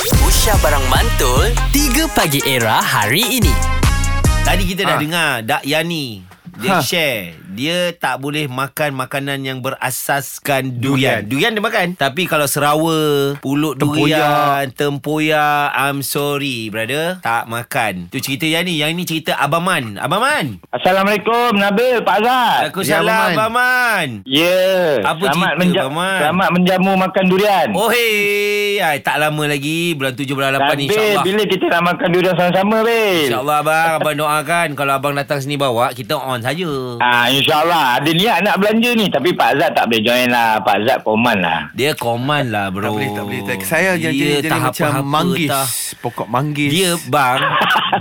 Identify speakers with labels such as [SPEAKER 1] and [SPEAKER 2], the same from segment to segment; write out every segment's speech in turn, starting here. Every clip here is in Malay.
[SPEAKER 1] Aisyah Barang Mantul 3 Pagi Era hari ini
[SPEAKER 2] Tadi kita dah
[SPEAKER 3] Ha.
[SPEAKER 2] dengar Dak Yani dia ha.
[SPEAKER 3] Ha.
[SPEAKER 2] share dia tak boleh makan makanan yang berasaskan durian. Durian
[SPEAKER 3] Durian.
[SPEAKER 2] dia makan. Tapi kalau serawa, pulut durian, tempoyak, I'm sorry brother, tak makan. Tu cerita yang ni. Yang ni cerita Abang Man. Abang Man.
[SPEAKER 4] Assalamualaikum Nabil Pak Azad.
[SPEAKER 2] Aku
[SPEAKER 3] ya,
[SPEAKER 2] salah
[SPEAKER 3] Abang Man.
[SPEAKER 2] Abang Man.
[SPEAKER 4] Ya. Yeah.
[SPEAKER 2] Apa cerita, Paman?
[SPEAKER 4] Selamat menjamu makan durian.
[SPEAKER 2] Oh hey, Ay, tak lama lagi bulan 7 bulan 8 ni
[SPEAKER 4] Nabil,
[SPEAKER 2] insya-Allah.
[SPEAKER 4] bila kita nak makan durian sama-sama, Bil?
[SPEAKER 2] InsyaAllah abang Abang doakan Kalau abang datang sini bawa Kita on saja
[SPEAKER 4] Ah, InsyaAllah. Ada niat nak belanja ni. Tapi Pak Azad tak boleh join lah. Pak Azad koman lah.
[SPEAKER 2] Dia command lah bro
[SPEAKER 3] Tak boleh, tak boleh. Tak. Saya
[SPEAKER 2] Dia
[SPEAKER 3] yang jadi, jadi
[SPEAKER 2] tak
[SPEAKER 3] macam
[SPEAKER 2] apa-apa
[SPEAKER 3] manggis.
[SPEAKER 2] tak.
[SPEAKER 3] Pokok manggis.
[SPEAKER 2] Dia bang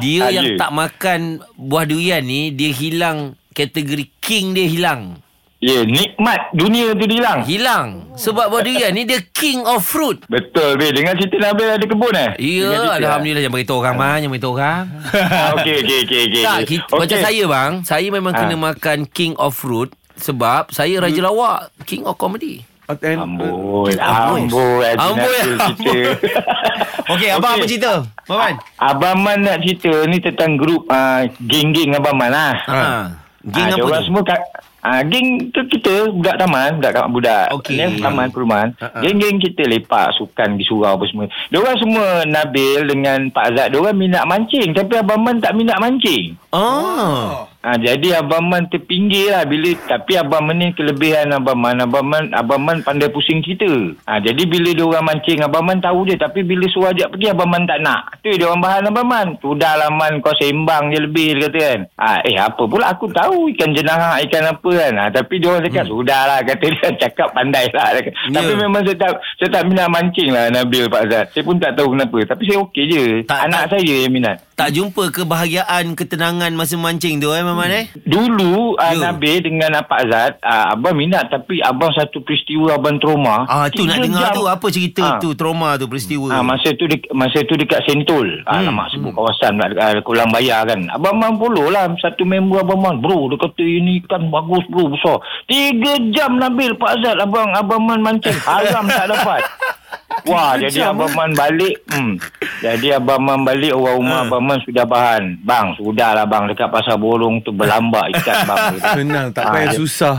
[SPEAKER 2] Dia
[SPEAKER 4] Ada.
[SPEAKER 2] yang tak makan Buah durian ni Dia hilang Kategori king dia hilang
[SPEAKER 4] Ya, yeah, nikmat dunia tu hilang.
[SPEAKER 2] Hilang Sebab buah durian ni Dia king of fruit
[SPEAKER 4] Betul, Bil. Dengan cerita Nabil ada kebun eh?
[SPEAKER 2] Ya
[SPEAKER 4] Dengan cerita,
[SPEAKER 2] Alhamdulillah Jangan beritahu orang man Jangan beritahu orang
[SPEAKER 4] Ah, Okey, okey, okey. okey.
[SPEAKER 2] Tak kita, okay.
[SPEAKER 4] Okey.
[SPEAKER 2] Macam saya bang Saya memang
[SPEAKER 4] Ah.
[SPEAKER 2] kena makan king of fruit Sebab saya Raja Lawak King of comedy
[SPEAKER 3] Ah,
[SPEAKER 4] Amboi, amboi.
[SPEAKER 2] Amboi, amboi. Okey, abang apa
[SPEAKER 4] cerita?
[SPEAKER 2] cerita? Abang.
[SPEAKER 4] Abang Man nak cerita ni tentang grup uh, geng-geng Abang Man lah.
[SPEAKER 2] Ha. Geng
[SPEAKER 4] Ah,
[SPEAKER 2] apa
[SPEAKER 4] diorang
[SPEAKER 2] tu?
[SPEAKER 4] semua kat ah, geng tu kita budak taman, budak budak
[SPEAKER 2] Okey. Ah,
[SPEAKER 4] ni taman perumahan.
[SPEAKER 2] Ha-ha.
[SPEAKER 4] Geng-geng kita lepak sukan pergi surau apa semua. Diorang semua Nabil dengan Pak Azad, diorang minat mancing tapi Abang Man tak minat mancing.
[SPEAKER 2] Oh.
[SPEAKER 4] Ha, jadi Abang Man terpinggir lah bila tapi Abang Man ni kelebihan Abang Man. Abang Man, Abang Man pandai pusing cerita. Ha, jadi bila dia orang mancing Abang Man tahu dia tapi bila suruh ajak pergi Abang Man tak nak. Tu dia orang bahan Abang Man. Tu dah lah Man kau sembang je lebih dia kata kan. Ha, eh apa pula aku tahu ikan jenahak ikan apa kan. Ha, tapi dia orang cakap hmm. sudahlah kata dia cakap pandai lah. Yeah.
[SPEAKER 2] Ya.
[SPEAKER 4] Tapi memang saya tak, saya tak minat mancing lah Nabil Pak Azad. Saya pun tak tahu kenapa tapi saya okey je.
[SPEAKER 2] Tak-
[SPEAKER 4] Anak
[SPEAKER 2] tak-
[SPEAKER 4] saya yang minat.
[SPEAKER 2] Tak jumpa kebahagiaan, ketenangan masa mancing tu eh Maman
[SPEAKER 4] Hmm.
[SPEAKER 2] eh?
[SPEAKER 4] Dulu uh,
[SPEAKER 2] Ya.
[SPEAKER 4] Nabil dengan Abang Azad uh, Abang minat Tapi abang satu peristiwa Abang trauma
[SPEAKER 2] Ah tu nak
[SPEAKER 4] Tiga
[SPEAKER 2] dengar
[SPEAKER 4] jam.
[SPEAKER 2] tu apa cerita
[SPEAKER 4] Ah.
[SPEAKER 2] tu trauma tu peristiwa.
[SPEAKER 4] Ah,
[SPEAKER 3] Hmm.
[SPEAKER 4] masa tu dek, masa tu dekat Sentul. Ah, hmm. Alamak sebut kawasan uh, Kulang Bayar kan. Abang Man follow lah satu member Abang Man. Bro, dia kata ini ikan bagus bro, besar. Tiga jam Nabil Pak Azad abang Abang Man mancing. Haram tak dapat. Wah,
[SPEAKER 3] Tiga
[SPEAKER 4] jadi
[SPEAKER 3] jam, eh?
[SPEAKER 4] Abang Man balik. Hmm. Jadi Abang Man balik orang rumah
[SPEAKER 3] Hmm.
[SPEAKER 4] Abang Man sudah bahan. Bang, sudahlah bang dekat pasar borong tu berlambak ikan bang.
[SPEAKER 3] Senang. Tak
[SPEAKER 4] Ah,
[SPEAKER 3] payah
[SPEAKER 4] dia-
[SPEAKER 3] susah.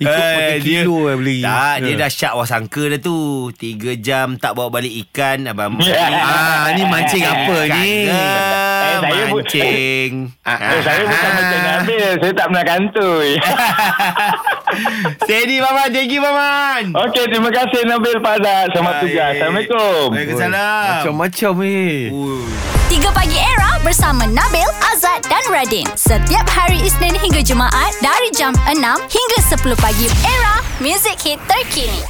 [SPEAKER 3] Ikut pakai kilo eh beli.
[SPEAKER 2] Tak, dia
[SPEAKER 3] Ya.
[SPEAKER 2] dah syak wah sangka dah tu. Tiga jam tak bawa balik ikan abang.
[SPEAKER 4] Ya.
[SPEAKER 2] ah, ni mancing apa ni?
[SPEAKER 4] Kan, Eh, saya pun-
[SPEAKER 2] mancing. Ah.
[SPEAKER 4] Eh, saya bukan macam Nabil. Saya tak pernah kantoi.
[SPEAKER 2] Steady Maman, thank you Maman.
[SPEAKER 4] Okey, terima kasih Nabil Pak Azad. Selamat
[SPEAKER 2] Baik.
[SPEAKER 4] tugas. Oh, Assalamualaikum.
[SPEAKER 3] Ah.
[SPEAKER 2] Waalaikumsalam. Uh.
[SPEAKER 3] Macam-macam eh.
[SPEAKER 2] Ui.
[SPEAKER 5] 3 Pagi Era bersama Nabil, Azad dan Radin. Setiap hari Isnin hingga Jumaat dari jam 6 hingga 10 pagi. Era, music hit terkini.